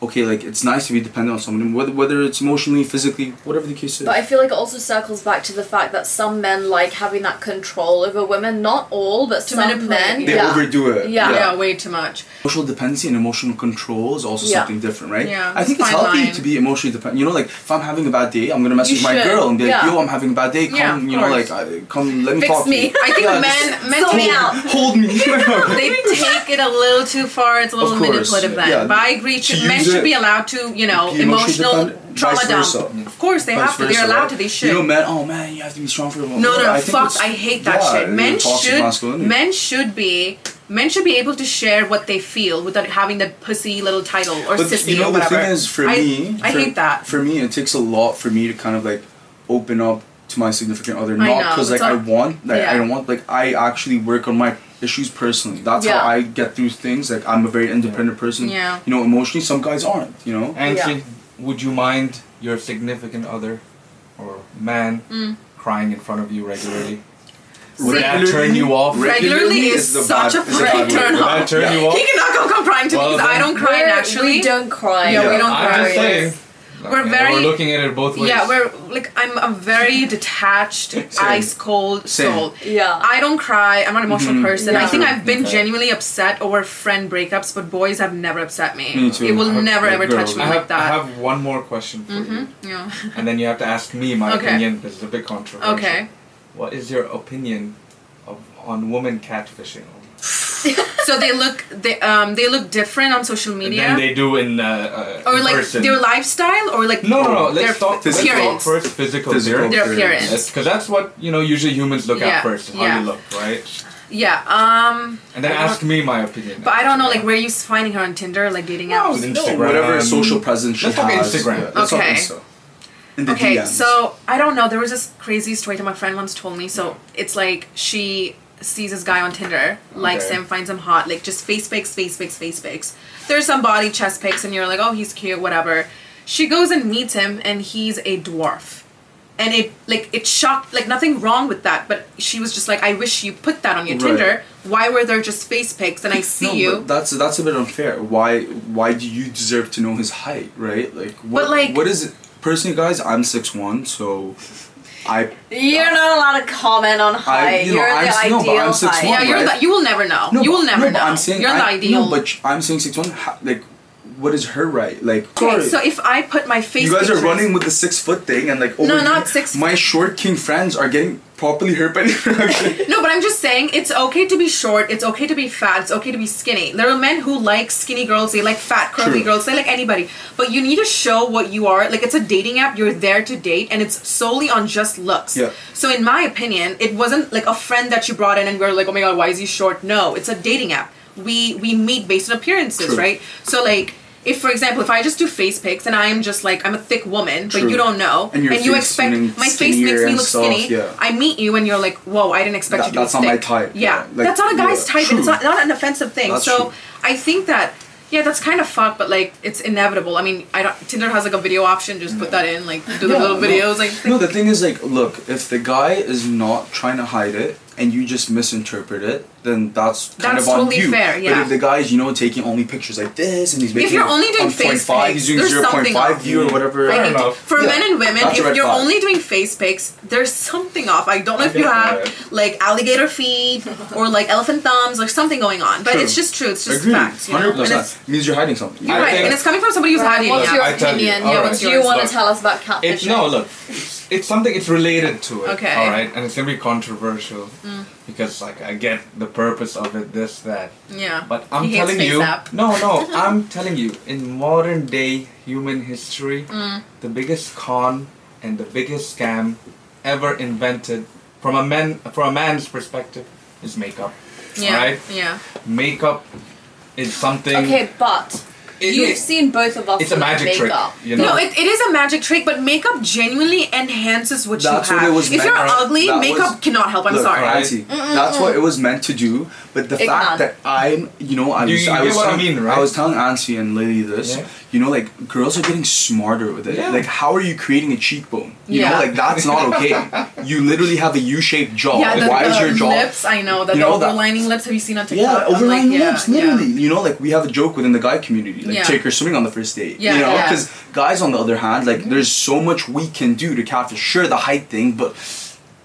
Speaker 3: Okay, like it's nice to be dependent on someone, whether whether it's emotionally, physically, whatever the case is.
Speaker 4: But I feel like it also circles back to the fact that some men like having that control over women. Not all, but
Speaker 2: To
Speaker 4: some
Speaker 2: manipulate,
Speaker 4: men.
Speaker 3: they
Speaker 4: yeah.
Speaker 3: overdo it.
Speaker 4: Yeah.
Speaker 2: yeah, way too much.
Speaker 3: Emotional dependency and emotional control is also
Speaker 4: Yeah.
Speaker 3: something different, right?
Speaker 2: Yeah,
Speaker 3: I think
Speaker 2: it's
Speaker 3: it's
Speaker 2: fine
Speaker 3: healthy
Speaker 2: line.
Speaker 3: to be emotionally dependent. You know, like if I'm having a bad day, I'm gonna message my
Speaker 4: should,
Speaker 3: girl and be like,
Speaker 4: yeah.
Speaker 3: "Yo, I'm having a bad day. Come,
Speaker 2: Yeah, of
Speaker 3: you know,
Speaker 2: course.
Speaker 3: like I, come, let me
Speaker 2: Fix
Speaker 3: talk to
Speaker 2: me.
Speaker 3: you."
Speaker 2: I think
Speaker 3: Yeah,
Speaker 2: men men
Speaker 4: Sort me
Speaker 2: take-
Speaker 4: out.
Speaker 3: just Hold me.
Speaker 2: They take it a little too far. It's a little
Speaker 3: Of course,
Speaker 2: manipulative then.
Speaker 3: yeah.
Speaker 2: But I agree.
Speaker 3: To
Speaker 2: men
Speaker 3: use
Speaker 2: should
Speaker 3: it-
Speaker 2: be allowed to, you know,
Speaker 3: Be emotionally
Speaker 2: emotional
Speaker 3: dependent,
Speaker 2: trauma
Speaker 3: vice versa.
Speaker 2: dump. Of course, they
Speaker 3: Vice
Speaker 2: have to. They're
Speaker 3: versa,
Speaker 2: allowed
Speaker 3: right?
Speaker 2: to. They should.
Speaker 3: You know, men. Oh man, you have to be strong for women.
Speaker 2: No, no, no
Speaker 3: I think
Speaker 2: fuck!
Speaker 3: it's-
Speaker 2: I hate that
Speaker 3: yeah,
Speaker 2: shit. Men
Speaker 3: toxic
Speaker 2: should
Speaker 3: masculinity.
Speaker 2: men should be men should be able to share what they feel without having that pussy little title or
Speaker 3: But
Speaker 2: sissy
Speaker 3: you know
Speaker 2: or
Speaker 3: the
Speaker 2: whatever.
Speaker 3: thing is, for
Speaker 2: I,
Speaker 3: me,
Speaker 2: I
Speaker 3: for-
Speaker 2: hate that.
Speaker 3: For me, it takes a lot for me to kind of like open up to my significant other,
Speaker 2: I
Speaker 3: not
Speaker 2: know,
Speaker 3: because like
Speaker 2: it's
Speaker 3: I
Speaker 2: not-
Speaker 3: want, like
Speaker 2: Yeah.
Speaker 3: I don't want, like I actually work on my issues personally. That's
Speaker 4: Yeah.
Speaker 3: how I get through things. Like I'm a very independent person.
Speaker 2: Yeah.
Speaker 3: You know, emotionally, some guys aren't. You know.
Speaker 5: And
Speaker 4: Yeah.
Speaker 5: she- would you mind your significant other or man crying in front of you regularly? Would that turn you off?
Speaker 2: Regularly is,
Speaker 3: the
Speaker 2: such
Speaker 3: bad-
Speaker 2: a
Speaker 3: is the bad
Speaker 2: freaking
Speaker 3: word.
Speaker 2: turn
Speaker 5: Would that
Speaker 2: off.
Speaker 5: turn you off?
Speaker 2: He cannot come, come crying to
Speaker 5: Well,
Speaker 2: me because I
Speaker 5: then-
Speaker 2: don't cry
Speaker 4: We're-
Speaker 2: naturally.
Speaker 4: We don't cry.
Speaker 2: Yeah, we
Speaker 3: Yeah.
Speaker 2: don't
Speaker 5: I'm
Speaker 2: cry.
Speaker 5: just saying.
Speaker 2: We're
Speaker 5: Okay,
Speaker 2: very-
Speaker 5: We're looking at it both ways.
Speaker 2: Yeah, we're like I'm a very detached, ice cold
Speaker 3: Same. Mm-hmm.
Speaker 2: soul.
Speaker 4: Yeah.
Speaker 2: I don't cry. I'm not an emotional person. I
Speaker 4: Yeah.
Speaker 2: think I've been
Speaker 5: Okay.
Speaker 2: genuinely upset over friend breakups, but boys have never upset me.
Speaker 3: Me too.
Speaker 2: It will
Speaker 3: I have-
Speaker 2: never
Speaker 3: like,
Speaker 2: ever
Speaker 3: girls.
Speaker 2: touch me
Speaker 5: I
Speaker 2: like
Speaker 5: have,
Speaker 2: that.
Speaker 5: I have one more question for you,
Speaker 2: yeah.
Speaker 5: and then you have to ask me my
Speaker 2: Okay.
Speaker 5: opinion. This is a big controversy.
Speaker 2: Okay.
Speaker 5: What is your opinion of on women catfishing?
Speaker 2: So they look they um they look different on social media.
Speaker 5: Than they do in uh, uh,
Speaker 2: or
Speaker 5: in
Speaker 2: like
Speaker 5: person.
Speaker 2: their lifestyle or like
Speaker 5: no, no, no.
Speaker 2: their
Speaker 5: Let's talk, let's talk
Speaker 2: appearance.
Speaker 5: first physical
Speaker 3: Physical.
Speaker 5: appearance.
Speaker 2: Their appearance.
Speaker 5: Because that's what you know. Usually humans look
Speaker 2: Yeah,
Speaker 5: at first, how
Speaker 2: yeah.
Speaker 5: you look, right?
Speaker 2: Yeah. Um
Speaker 5: And then ask me my opinion.
Speaker 2: but I don't know like where you finding her on Tinder like dating
Speaker 5: No,
Speaker 2: apps.
Speaker 5: Instagram.
Speaker 3: No, whatever social presence she
Speaker 5: Um, Let's talk
Speaker 3: has.
Speaker 5: Instagram.
Speaker 3: Yeah, let's talk
Speaker 2: Okay.
Speaker 3: Insta. In the
Speaker 2: Okay,
Speaker 3: DMs.
Speaker 2: so I don't know. There was this crazy story that my friend once told me. So it's like she sees this guy on Tinder, likes
Speaker 5: Okay.
Speaker 2: him, finds him hot, like just face pics, face pics, face pics. There's some body chest pics, and you're like, oh, he's cute, whatever. She goes and meets him, and he's a dwarf. And it like it shocked like nothing wrong with that, but she was just like, I wish you put that on your
Speaker 3: Right.
Speaker 2: Tinder. Why were there just face pics? And I see
Speaker 3: No,
Speaker 2: you.
Speaker 3: But that's that's a bit unfair. Why why do you deserve to know his height, right? Like what
Speaker 2: But, like-
Speaker 3: what is it? Personally, guys, I'm six one, so I
Speaker 4: You're not allowed to comment on height.
Speaker 3: you know,
Speaker 4: you are
Speaker 3: I'm
Speaker 4: the
Speaker 3: s- no,
Speaker 4: ideal
Speaker 3: but I'm six
Speaker 4: height.
Speaker 3: one.
Speaker 2: yeah, you're
Speaker 3: right?
Speaker 2: the, you will never know.
Speaker 3: No,
Speaker 2: you will
Speaker 3: but-
Speaker 2: never
Speaker 3: no, but
Speaker 2: know.
Speaker 3: I'm saying
Speaker 2: you're
Speaker 3: I,
Speaker 2: the ideal.
Speaker 3: No, but sh- I'm saying six one. Like, what is her right? Like,
Speaker 2: okay,
Speaker 3: sorry.
Speaker 2: so if I put my face,
Speaker 3: you guys are
Speaker 2: pictures-
Speaker 3: running with the six foot thing and like over
Speaker 2: No, not
Speaker 3: here,
Speaker 2: six-
Speaker 3: My short king friends are getting properly hurt by the introduction.
Speaker 2: No, but I'm just saying it's okay to be short. It's okay to be fat. It's okay to be skinny. There are men who like skinny girls. They like fat, curvy
Speaker 3: True.
Speaker 2: girls. They like anybody. But you need to show what you are. Like it's a dating app. You're there to date, and it's solely on just looks.
Speaker 3: Yeah.
Speaker 2: So in my opinion, it wasn't like a friend that you brought in, and we are like, oh my god, why is he short? No, it's a dating app. We we meet based on appearances,
Speaker 3: True.
Speaker 2: right? So like. If, for example, if I just do face pics and I'm just like I'm a thick woman, but
Speaker 3: True.
Speaker 2: you don't know,
Speaker 3: And your
Speaker 2: you
Speaker 3: face
Speaker 2: expect
Speaker 3: being
Speaker 2: my face
Speaker 3: skinnier
Speaker 2: makes me
Speaker 3: and
Speaker 2: look
Speaker 3: stuff,
Speaker 2: skinny,
Speaker 3: yeah.
Speaker 2: I meet you and you're like, whoa, I didn't expect
Speaker 3: That-
Speaker 2: you to. be
Speaker 3: that's not my
Speaker 2: thick.
Speaker 3: type,
Speaker 2: Yeah,
Speaker 3: yeah. Like,
Speaker 2: that's not a guy's
Speaker 3: yeah,
Speaker 2: type. and It's
Speaker 3: true.
Speaker 2: not, not an offensive thing.
Speaker 3: That's
Speaker 2: so
Speaker 3: true.
Speaker 2: I think that yeah, that's kind of fucked, but like it's inevitable. I mean, I don't. Tinder has like a video option. Just put that in, like do the little videos, like.
Speaker 3: no, the thing is like, look, if the guy is not trying to hide it and you just misinterpret it, then that's kind
Speaker 2: That's
Speaker 3: of on
Speaker 2: totally
Speaker 3: you.
Speaker 2: fair,
Speaker 3: But
Speaker 2: yeah.
Speaker 3: if the guy is, you know, taking only pictures like this and he's making
Speaker 2: you're only doing
Speaker 3: on
Speaker 2: face
Speaker 3: 0.5,
Speaker 2: pics,
Speaker 3: he's doing
Speaker 2: there's
Speaker 3: zero point
Speaker 2: something
Speaker 3: five
Speaker 2: off.
Speaker 3: view or whatever.
Speaker 5: I
Speaker 2: I
Speaker 5: don't
Speaker 2: hate
Speaker 5: know.
Speaker 2: it. For
Speaker 3: Yeah,
Speaker 2: men and women,
Speaker 3: that's a
Speaker 2: if
Speaker 3: red
Speaker 2: you're
Speaker 3: flag.
Speaker 2: only doing face pics, there's something off. I don't know if you
Speaker 5: get
Speaker 2: have
Speaker 5: that.
Speaker 2: like alligator feet or like elephant thumbs, like something going on. But
Speaker 3: True.
Speaker 2: it's just true. It's just
Speaker 3: Agreed.
Speaker 2: facts. You know?
Speaker 3: Hundred
Speaker 2: And
Speaker 3: percent.
Speaker 2: it's-
Speaker 3: Means you're hiding something.
Speaker 5: I
Speaker 2: Right,
Speaker 5: think-
Speaker 2: and it's coming from somebody who's had
Speaker 4: What's
Speaker 2: dating
Speaker 5: I
Speaker 4: your
Speaker 2: apps.
Speaker 5: tell you,
Speaker 4: opinion?
Speaker 5: all
Speaker 4: Yeah,
Speaker 2: right.
Speaker 4: what do you want
Speaker 5: Look,
Speaker 4: to tell us about catfishing?
Speaker 5: It, no, look, it's it's something it's related to it.
Speaker 2: Okay. Mm.
Speaker 5: All right, and it's gonna be controversial because like I get the purpose of it, this that.
Speaker 2: Yeah.
Speaker 5: But I'm
Speaker 2: Mm. He hates
Speaker 5: telling you,
Speaker 2: FaceApp.
Speaker 5: no, no, I'm telling you, in modern day human history,
Speaker 2: Mm.
Speaker 5: the biggest con and the biggest scam ever invented from a man from a man's perspective is makeup.
Speaker 2: Yeah.
Speaker 5: Right?
Speaker 2: Yeah.
Speaker 5: Makeup is something.
Speaker 4: Okay, but
Speaker 5: It-
Speaker 4: you've
Speaker 5: it-
Speaker 4: seen both of us.
Speaker 5: It's a
Speaker 4: with
Speaker 5: magic trick,
Speaker 4: makeup.
Speaker 5: you know.
Speaker 2: No, it, it is a magic trick, but makeup genuinely enhances what
Speaker 3: That's
Speaker 2: you
Speaker 3: what
Speaker 2: have.
Speaker 3: it was
Speaker 2: if
Speaker 3: meant
Speaker 2: you're
Speaker 3: for.
Speaker 2: ugly,
Speaker 3: That
Speaker 2: makeup
Speaker 3: was-
Speaker 2: cannot help. I'm
Speaker 3: Look,
Speaker 2: sorry.
Speaker 3: Auntie, that's what it was meant to do. But the
Speaker 4: It
Speaker 3: fact
Speaker 4: can't.
Speaker 3: that I'm, you know, I
Speaker 5: You-
Speaker 3: was,
Speaker 5: you
Speaker 3: I
Speaker 5: get
Speaker 3: was
Speaker 5: what I
Speaker 3: telling,
Speaker 5: mean, right?
Speaker 3: I was telling Auntie and Lily this.
Speaker 5: Yeah.
Speaker 3: You know, like girls are getting smarter with it.
Speaker 5: Yeah.
Speaker 3: Like, how are you creating a cheekbone? You
Speaker 2: Yeah.
Speaker 3: know, like that's not okay. you literally have a U-shaped jaw.
Speaker 2: Yeah, the,
Speaker 3: Why is
Speaker 2: the
Speaker 3: your jaw?
Speaker 2: lips. I know that
Speaker 3: You
Speaker 2: the
Speaker 3: know that-
Speaker 2: overlining lips. Have you seen on
Speaker 3: Yeah,
Speaker 2: TikTok? I'm
Speaker 3: overlying
Speaker 2: like, yeah,
Speaker 3: lips,
Speaker 2: yeah.
Speaker 3: literally. You know, like we have a joke within the guy community, like
Speaker 2: Yeah.
Speaker 3: take her swimming on the first date.
Speaker 2: Yeah,
Speaker 3: you know,
Speaker 2: yeah. Mm-hmm.
Speaker 3: because guys, on the other hand, like there's so much we can do to catfish. Sure, the height thing, but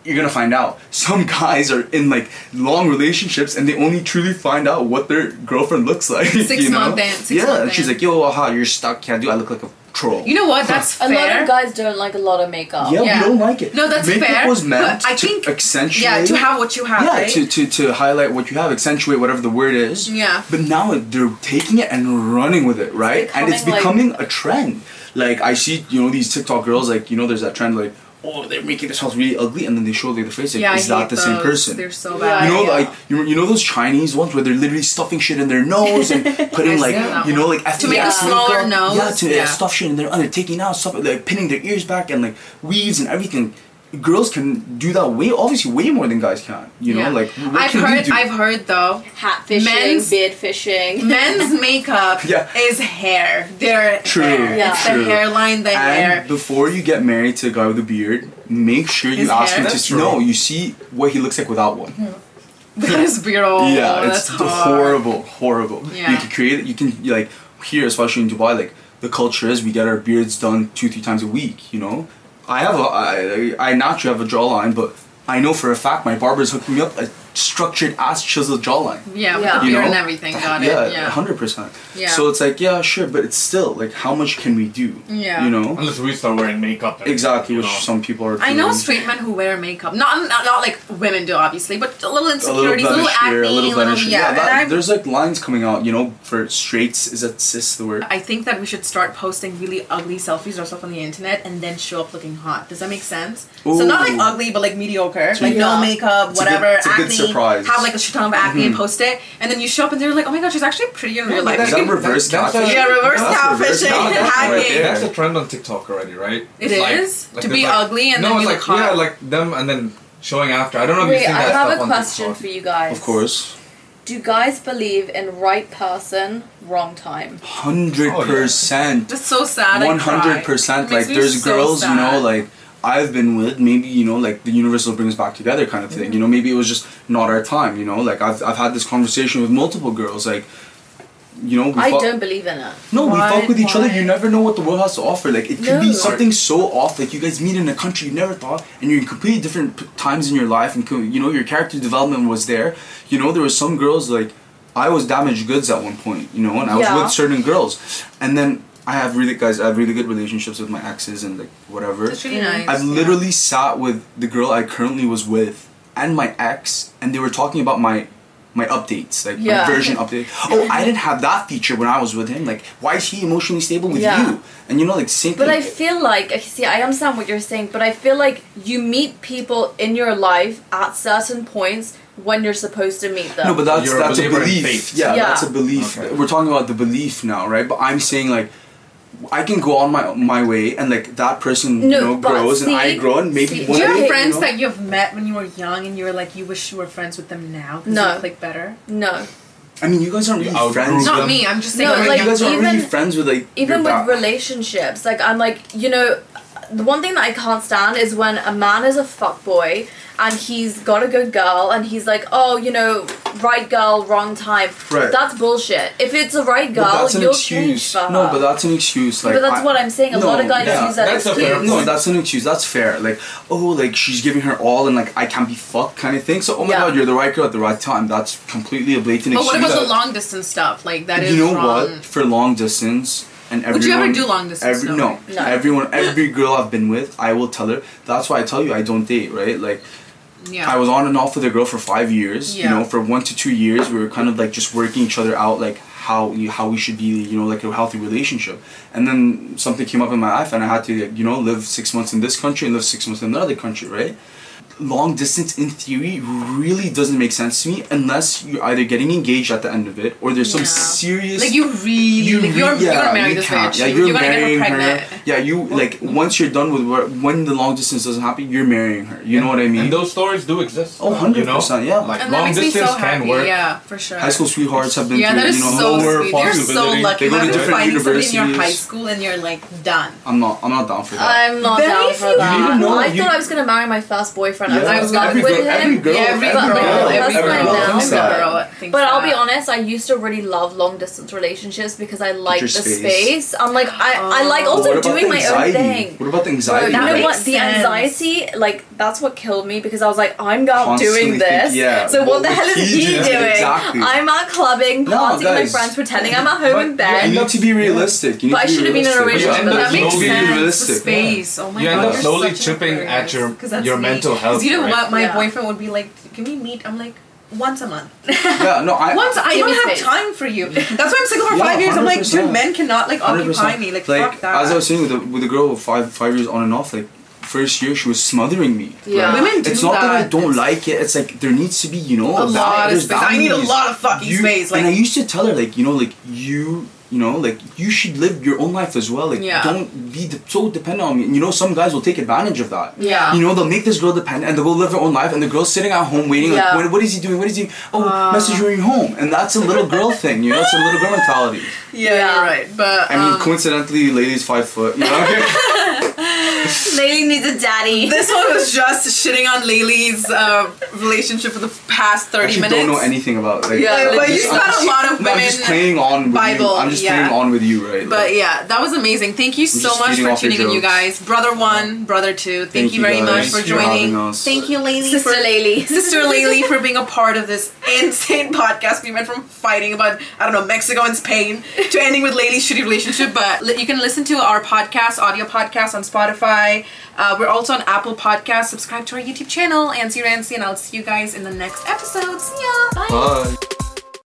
Speaker 3: you're gonna find out. Some guys are in like long relationships and they only truly find out what their girlfriend looks like.
Speaker 2: Six
Speaker 3: you know?
Speaker 2: month in, six
Speaker 3: yeah,
Speaker 2: month
Speaker 3: and she's
Speaker 2: in.
Speaker 3: like, yo, aha, you're stuck. Can't do. I look like a troll.
Speaker 2: You know what? That's
Speaker 4: A
Speaker 2: fair.
Speaker 4: lot of guys don't like a lot of makeup.
Speaker 3: Yeah,
Speaker 2: Yeah.
Speaker 3: we don't like it.
Speaker 2: No, that's
Speaker 3: Makeup
Speaker 2: fair,
Speaker 3: was meant
Speaker 2: but I
Speaker 3: to
Speaker 2: think-
Speaker 3: accentuate.
Speaker 2: yeah, to have what you have,
Speaker 3: Yeah,
Speaker 2: right?
Speaker 3: to, to to highlight what you have, accentuate whatever the word is.
Speaker 2: Yeah.
Speaker 3: But now they're taking it and running with it, right? and it's
Speaker 4: becoming,
Speaker 3: becoming a trend. Like I see, you know, these TikTok girls, like you know, there's that trend, like oh, they're making themselves really ugly, and then they show like the face, like
Speaker 2: yeah, I
Speaker 3: is that
Speaker 2: hate
Speaker 3: the same
Speaker 2: those.
Speaker 3: person?
Speaker 2: They're so
Speaker 3: you
Speaker 2: bad.
Speaker 3: know,
Speaker 2: yeah.
Speaker 3: like you, you know those Chinese ones where they're literally stuffing shit in their nose and putting
Speaker 2: see
Speaker 3: like
Speaker 2: that
Speaker 3: you know
Speaker 2: one.
Speaker 3: like
Speaker 2: To make a
Speaker 3: FDX
Speaker 2: smaller
Speaker 3: makeup. yeah
Speaker 2: nose,
Speaker 3: to
Speaker 2: yeah.
Speaker 3: Uh, stuff shit in their under taking out stuff like pinning their ears back and like weaves and everything. Girls can do that way obviously way more than guys can. You know
Speaker 2: Yeah.
Speaker 3: like what
Speaker 2: I've
Speaker 3: can we
Speaker 2: heard.
Speaker 3: do?
Speaker 2: I've heard though.
Speaker 4: Hat fishing,
Speaker 2: Men's-
Speaker 4: beard fishing.
Speaker 2: Men's makeup
Speaker 3: Yeah.
Speaker 2: is hair. Their
Speaker 3: True,
Speaker 2: hair.
Speaker 4: Yeah.
Speaker 2: It's
Speaker 3: true.
Speaker 2: the hairline, the hair.
Speaker 3: And before you get married to a guy with a beard, make sure you
Speaker 2: His
Speaker 3: ask him
Speaker 2: hair?
Speaker 3: to
Speaker 5: That's
Speaker 3: see. No,
Speaker 5: wrong.
Speaker 3: you see what he looks like without one.
Speaker 2: That is beautiful.
Speaker 3: yeah, it's
Speaker 2: Oh, That's
Speaker 3: d-
Speaker 2: hard.
Speaker 3: horrible, horrible.
Speaker 2: Yeah.
Speaker 3: You can create it. You can like here, especially in Dubai, like the culture is we get our beards done two, three times a week. You know, I have a I I I naturally have a jawline, but I know for a fact my barber's hooking me up a structured ass chiseled jawline.
Speaker 2: Yeah, with
Speaker 4: Yeah.
Speaker 2: the
Speaker 3: You
Speaker 2: beard
Speaker 3: know?
Speaker 2: and everything. Got
Speaker 3: yeah,
Speaker 2: it. Yeah.
Speaker 3: hundred percent.
Speaker 2: Yeah.
Speaker 3: So it's like yeah, sure, but it's still like how much can we do?
Speaker 2: Yeah.
Speaker 3: You know.
Speaker 5: Unless we start wearing makeup. and-
Speaker 3: Exactly,
Speaker 5: you
Speaker 3: which
Speaker 5: know.
Speaker 3: some people are.
Speaker 2: I know
Speaker 3: doing.
Speaker 2: straight men who wear makeup. Not, not not like women do, obviously, but a little
Speaker 3: a little
Speaker 2: insecurities, a little,
Speaker 3: blemish
Speaker 2: acne,
Speaker 3: here, a little blemish. here.
Speaker 2: yeah.
Speaker 3: yeah, that-
Speaker 2: and I'm-
Speaker 3: there's like lines coming out. You know, for straights, is that cis the word?
Speaker 2: I think that we should start posting really ugly selfies or stuff on the internet and then show up looking hot. Does that make sense? So not like
Speaker 3: Ooh.
Speaker 2: ugly, but like mediocre, like
Speaker 4: Yeah.
Speaker 2: no makeup,
Speaker 3: a good-
Speaker 2: whatever.
Speaker 3: it's a good
Speaker 2: acne,
Speaker 3: surprise. Mm-hmm.
Speaker 2: Have like a shit ton of acne and post it, and then you show up and they're like, oh my god, she's actually pretty in real life.
Speaker 3: Is that reverse
Speaker 5: That's- that's
Speaker 3: catfish?
Speaker 5: a-
Speaker 2: yeah, reverse
Speaker 3: That's reverse
Speaker 2: catfishing,
Speaker 3: catfishing right
Speaker 2: hacking.
Speaker 3: there.
Speaker 5: That's a trend on TikTok already, right?
Speaker 2: It
Speaker 5: It
Speaker 2: is?
Speaker 5: is
Speaker 2: To
Speaker 5: there's
Speaker 2: be ugly and
Speaker 5: no,
Speaker 2: then
Speaker 5: it's
Speaker 2: you
Speaker 5: like
Speaker 2: look
Speaker 5: yeah,
Speaker 2: hot.
Speaker 5: like them and then showing after. I don't know if
Speaker 4: Wait,
Speaker 5: you've seen
Speaker 4: I
Speaker 5: that
Speaker 4: have
Speaker 5: stuff
Speaker 4: a
Speaker 5: on
Speaker 4: question
Speaker 5: TikTok.
Speaker 4: for you guys.
Speaker 3: Of course,
Speaker 4: Do guys believe in right person, wrong time?
Speaker 3: hundred percent,
Speaker 2: That's so sad. I
Speaker 3: one hundred percent.
Speaker 2: cry. It
Speaker 3: Like
Speaker 2: makes me
Speaker 3: there's
Speaker 2: so
Speaker 3: girls, you know,
Speaker 2: sad.
Speaker 3: like I've been with. Maybe you know, like the universe will bring us back together, kind of thing.
Speaker 2: Mm-hmm.
Speaker 3: You know, maybe it was just not our time. You know, like I've I've had this conversation with multiple girls, like. You know, we
Speaker 4: I
Speaker 3: fuck-
Speaker 4: don't believe in it.
Speaker 3: No,
Speaker 2: Why-
Speaker 3: we fuck with each other.
Speaker 2: why?
Speaker 3: You never know what the world has to offer. Like it could
Speaker 4: No.
Speaker 3: be something so off. Like you guys meet in a country you never thought, and you're in completely different p- times in your life, and co- you know your character development was there. You know there were some girls like I was damaged goods at one point. You know, and I
Speaker 4: Yeah.
Speaker 3: was with certain girls, and then I have really guys. I have really good relationships with my exes and like whatever.
Speaker 2: That's really nice.
Speaker 3: I've literally sat with the girl I currently was with and my ex, and they were talking about my my updates, like
Speaker 4: Yeah.
Speaker 3: my version update. Oh, I didn't have that feature when I was with him. Like, why is he emotionally stable with
Speaker 4: Yeah.
Speaker 3: you? And you know, like same
Speaker 4: But
Speaker 3: thing.
Speaker 4: I feel like okay, see, I understand what you're saying, but I feel like you meet people in your life at certain points when you're supposed to meet them.
Speaker 3: no, but that's
Speaker 5: You're a
Speaker 3: that's a
Speaker 5: believer in
Speaker 3: belief.
Speaker 5: fate.
Speaker 3: Yeah,
Speaker 4: Yeah.
Speaker 3: that's a belief.
Speaker 5: Okay.
Speaker 3: We're talking about the belief now, right? But I'm saying like. I can go on my my way, and like that person,
Speaker 4: No,
Speaker 3: you know,
Speaker 4: but
Speaker 3: grows, and I
Speaker 4: see-
Speaker 3: grow, and maybe
Speaker 4: see-
Speaker 3: one
Speaker 2: Do you
Speaker 3: day,
Speaker 2: have
Speaker 4: Okay,
Speaker 2: friends
Speaker 3: know-
Speaker 2: that you've met when you were young and you were like, you wish you were friends with them now because
Speaker 4: No.
Speaker 2: you click better?
Speaker 4: no,
Speaker 3: I mean, you guys aren't really
Speaker 5: You outgrew
Speaker 3: friends.
Speaker 5: them.
Speaker 2: Not
Speaker 3: with-
Speaker 2: me, I'm just saying.
Speaker 4: No,
Speaker 3: I mean,
Speaker 4: like,
Speaker 3: you guys aren't really
Speaker 4: even-
Speaker 3: friends with like your
Speaker 4: even with
Speaker 3: back-
Speaker 4: relationships, like I'm like you know, the one thing that I can't stand is when a man is a fuckboy and he's got a good girl and he's like, oh, you know, right girl, wrong time.
Speaker 3: Right.
Speaker 4: That's bullshit. If it's a right
Speaker 3: But
Speaker 4: girl,
Speaker 3: that's an
Speaker 4: you'll change
Speaker 3: excuse.
Speaker 4: for her.
Speaker 3: No, but that's an excuse. Like,
Speaker 4: But that's
Speaker 3: I-
Speaker 4: what I'm saying. A lot of
Speaker 3: No,
Speaker 4: guys
Speaker 3: yeah.
Speaker 4: use that
Speaker 5: that's a fair
Speaker 4: excuse.
Speaker 5: point.
Speaker 3: No, that's an excuse. That's fair. Like, oh, like she's giving her all, and like I can't be fucked, kind of thing. So, oh my
Speaker 4: Yeah.
Speaker 3: god, you're the right girl at the right time. That's completely a blatant
Speaker 2: But
Speaker 3: excuse.
Speaker 2: what about the
Speaker 3: that-
Speaker 2: long distance stuff? Like that is
Speaker 3: you know
Speaker 2: wrong.
Speaker 3: what? For long distance, And everyone,
Speaker 2: Would you ever do long distance?
Speaker 3: Every,
Speaker 2: No,
Speaker 3: no,
Speaker 2: right?
Speaker 3: everyone, every girl I've been with, I will tell her. That's why I tell you I don't date, right? Like
Speaker 2: Yeah.
Speaker 3: I was on and off with a girl for five years. You
Speaker 2: Yeah.
Speaker 3: know, for one to two years, we were kind of like just working each other out, like how you, how we should be, you know, like a healthy relationship. And then something came up in my life, and I had to, like, you know, live six months in this country and live six months in another country, right? Long distance in theory really doesn't make sense to me unless you're either getting engaged at the end of it or there's some
Speaker 2: Yeah.
Speaker 3: serious
Speaker 2: Like you really,
Speaker 3: you
Speaker 2: like you're,
Speaker 3: re- yeah,
Speaker 2: you're gonna marry
Speaker 3: you
Speaker 2: this
Speaker 3: can't.
Speaker 2: bitch.
Speaker 3: Yeah,
Speaker 2: you,
Speaker 3: you're,
Speaker 2: you're gonna get
Speaker 3: marrying
Speaker 2: her
Speaker 3: her,
Speaker 2: pregnant.
Speaker 3: Yeah, you like once you're done with where, when the long distance doesn't happen, you're marrying her. You know what I mean?
Speaker 5: And those stories do exist.
Speaker 3: Oh,
Speaker 5: uh, you know?
Speaker 3: 100%, yeah.
Speaker 5: Like
Speaker 2: And that
Speaker 5: long
Speaker 2: makes me
Speaker 5: distance
Speaker 2: so
Speaker 5: can
Speaker 2: happy.
Speaker 5: work.
Speaker 2: Yeah, for sure.
Speaker 3: High school sweethearts have been
Speaker 2: Yeah,
Speaker 3: through,
Speaker 2: that is
Speaker 3: you know,
Speaker 2: so
Speaker 3: lower
Speaker 2: sweet. You're so
Speaker 5: possibility.
Speaker 2: lucky.
Speaker 3: They go to
Speaker 2: Imagine
Speaker 3: different
Speaker 2: finding somebody in your high
Speaker 3: universities.
Speaker 2: school and you're like done.
Speaker 3: I'm not. I'm not down for that.
Speaker 4: I'm not
Speaker 2: Very
Speaker 4: down for
Speaker 2: few
Speaker 4: that.
Speaker 3: people- You know,
Speaker 4: I
Speaker 3: you-
Speaker 4: thought I was gonna marry my first boyfriend. I was
Speaker 3: Yeah,
Speaker 4: in love
Speaker 3: every
Speaker 4: with
Speaker 3: girl-
Speaker 4: him.
Speaker 3: every girl-
Speaker 4: yeah, every,
Speaker 3: every
Speaker 4: girl,
Speaker 3: girl-
Speaker 4: that's
Speaker 3: every
Speaker 4: my
Speaker 3: girl
Speaker 4: now.
Speaker 3: thinks that.
Speaker 2: thinks
Speaker 4: But I'll be
Speaker 2: that.
Speaker 4: honest, I used to really love long distance relationships because I like the
Speaker 3: your
Speaker 4: space.
Speaker 3: space.
Speaker 4: I'm like I, I like
Speaker 3: But
Speaker 4: also
Speaker 3: what about
Speaker 4: doing
Speaker 3: the
Speaker 4: my own
Speaker 3: anxiety?
Speaker 4: thing.
Speaker 3: What about the anxiety?
Speaker 4: you know
Speaker 3: right?
Speaker 4: what?
Speaker 2: makes
Speaker 4: The
Speaker 2: sense.
Speaker 4: anxiety, like that's what killed me because I was like, I'm not
Speaker 3: Constantly
Speaker 4: doing
Speaker 3: think-
Speaker 4: this.
Speaker 3: yeah,
Speaker 4: so what,
Speaker 3: what
Speaker 4: the
Speaker 3: would
Speaker 4: hell is
Speaker 3: he
Speaker 4: he,
Speaker 3: do?
Speaker 4: doing?
Speaker 3: Exactly.
Speaker 4: I'm out clubbing,
Speaker 3: No,
Speaker 4: partying with my
Speaker 3: guys.
Speaker 4: friends, pretending I'm at home in bed.
Speaker 3: You need to be realistic. You need
Speaker 4: But I
Speaker 3: to be
Speaker 4: should have been in a
Speaker 3: realistic.
Speaker 5: relationship, but
Speaker 2: That
Speaker 5: Slowly
Speaker 2: makes sense.
Speaker 3: realistic.
Speaker 2: The space. Oh my
Speaker 5: You
Speaker 2: god.
Speaker 5: end up
Speaker 2: you're
Speaker 5: slowly
Speaker 2: such an
Speaker 5: chipping at
Speaker 2: Aquarius.
Speaker 5: your-
Speaker 2: 'Cause that's
Speaker 5: your
Speaker 2: me.
Speaker 5: mental health,
Speaker 2: 'Cause You know
Speaker 5: right?
Speaker 2: what? My
Speaker 4: Yeah.
Speaker 2: boyfriend would be like, "Can we meet?" I'm like, "Once a month."
Speaker 3: Yeah, no, I.
Speaker 2: Once I
Speaker 4: Give me
Speaker 2: don't have
Speaker 4: space.
Speaker 2: time for you. That's why I'm single for
Speaker 3: Yeah,
Speaker 2: five years. I'm like,
Speaker 3: 100%.
Speaker 2: dude, men cannot like
Speaker 3: 100%.
Speaker 2: occupy me. Like, fuck that.
Speaker 3: As I was saying with the, with the girl of five five years on and off, like first year she was smothering me.
Speaker 4: Yeah.
Speaker 3: right?
Speaker 2: Women do
Speaker 3: It's not that, I
Speaker 2: that.
Speaker 3: don't
Speaker 2: It's-
Speaker 3: like it. It's like there needs to be you know
Speaker 2: A
Speaker 3: ba-
Speaker 2: lot of
Speaker 3: there's
Speaker 2: space. I need a
Speaker 3: boundaries.
Speaker 2: lot of fucking
Speaker 3: You-
Speaker 2: space, like-
Speaker 3: and I used to tell her like you know like you. You know, like you should live your own life as well. Like,
Speaker 2: Yeah.
Speaker 3: don't be de- so dependent on me. And you know, some guys will take advantage of that.
Speaker 2: Yeah.
Speaker 3: You know, they'll make this girl dependent, and they'll go live her own life, and the girl's sitting at home waiting.
Speaker 4: Yeah.
Speaker 3: Like, when, what is he doing? What is he? Oh,
Speaker 2: Ah.
Speaker 3: message when you're home, and that's a little girl thing. You know, it's a little girl mentality.
Speaker 2: yeah,
Speaker 4: Yeah.
Speaker 2: you're right. But
Speaker 3: I mean,
Speaker 2: um,
Speaker 3: coincidentally, lady's five foot. You know?
Speaker 4: Lady needs a daddy.
Speaker 2: this one was just shitting on Laylee's uh, relationship for the past thirty
Speaker 3: actually
Speaker 2: minutes.
Speaker 3: don't know anything about. Like,
Speaker 4: Yeah,
Speaker 3: I'm
Speaker 4: but
Speaker 3: just-
Speaker 2: you
Speaker 3: I'm
Speaker 2: got a
Speaker 3: just-
Speaker 2: lot of
Speaker 3: no, I'm just
Speaker 2: women
Speaker 3: playing on with
Speaker 2: Bible,
Speaker 3: you. I'm just
Speaker 2: yeah.
Speaker 3: playing on with you, right?
Speaker 2: But
Speaker 3: Like,
Speaker 2: yeah, that was amazing. Thank you so
Speaker 3: just
Speaker 2: much
Speaker 3: feeding
Speaker 2: for
Speaker 3: off your
Speaker 2: tuning in, you
Speaker 3: jokes.
Speaker 2: guys. Brother one, brother two. Thank,
Speaker 3: Thank
Speaker 2: you
Speaker 3: you
Speaker 2: very
Speaker 3: guys.
Speaker 2: much
Speaker 3: Thanks
Speaker 2: for
Speaker 3: for having
Speaker 2: joining.
Speaker 3: us.
Speaker 2: Thank you, Laylee,
Speaker 4: Sister
Speaker 2: for-
Speaker 4: Laylee.
Speaker 2: Sister Laylee, for being a part of this insane podcast. We went from fighting about I don't know Mexico and Spain to ending with Laylee's shitty relationship. But li- you can listen to our podcast, audio podcast on Spotify. Uh, we're also on Apple Podcasts. Subscribe to our YouTube channel, Ansi Rancy, and I'll see you guys in the next episode. See ya. Bye.
Speaker 5: Bye.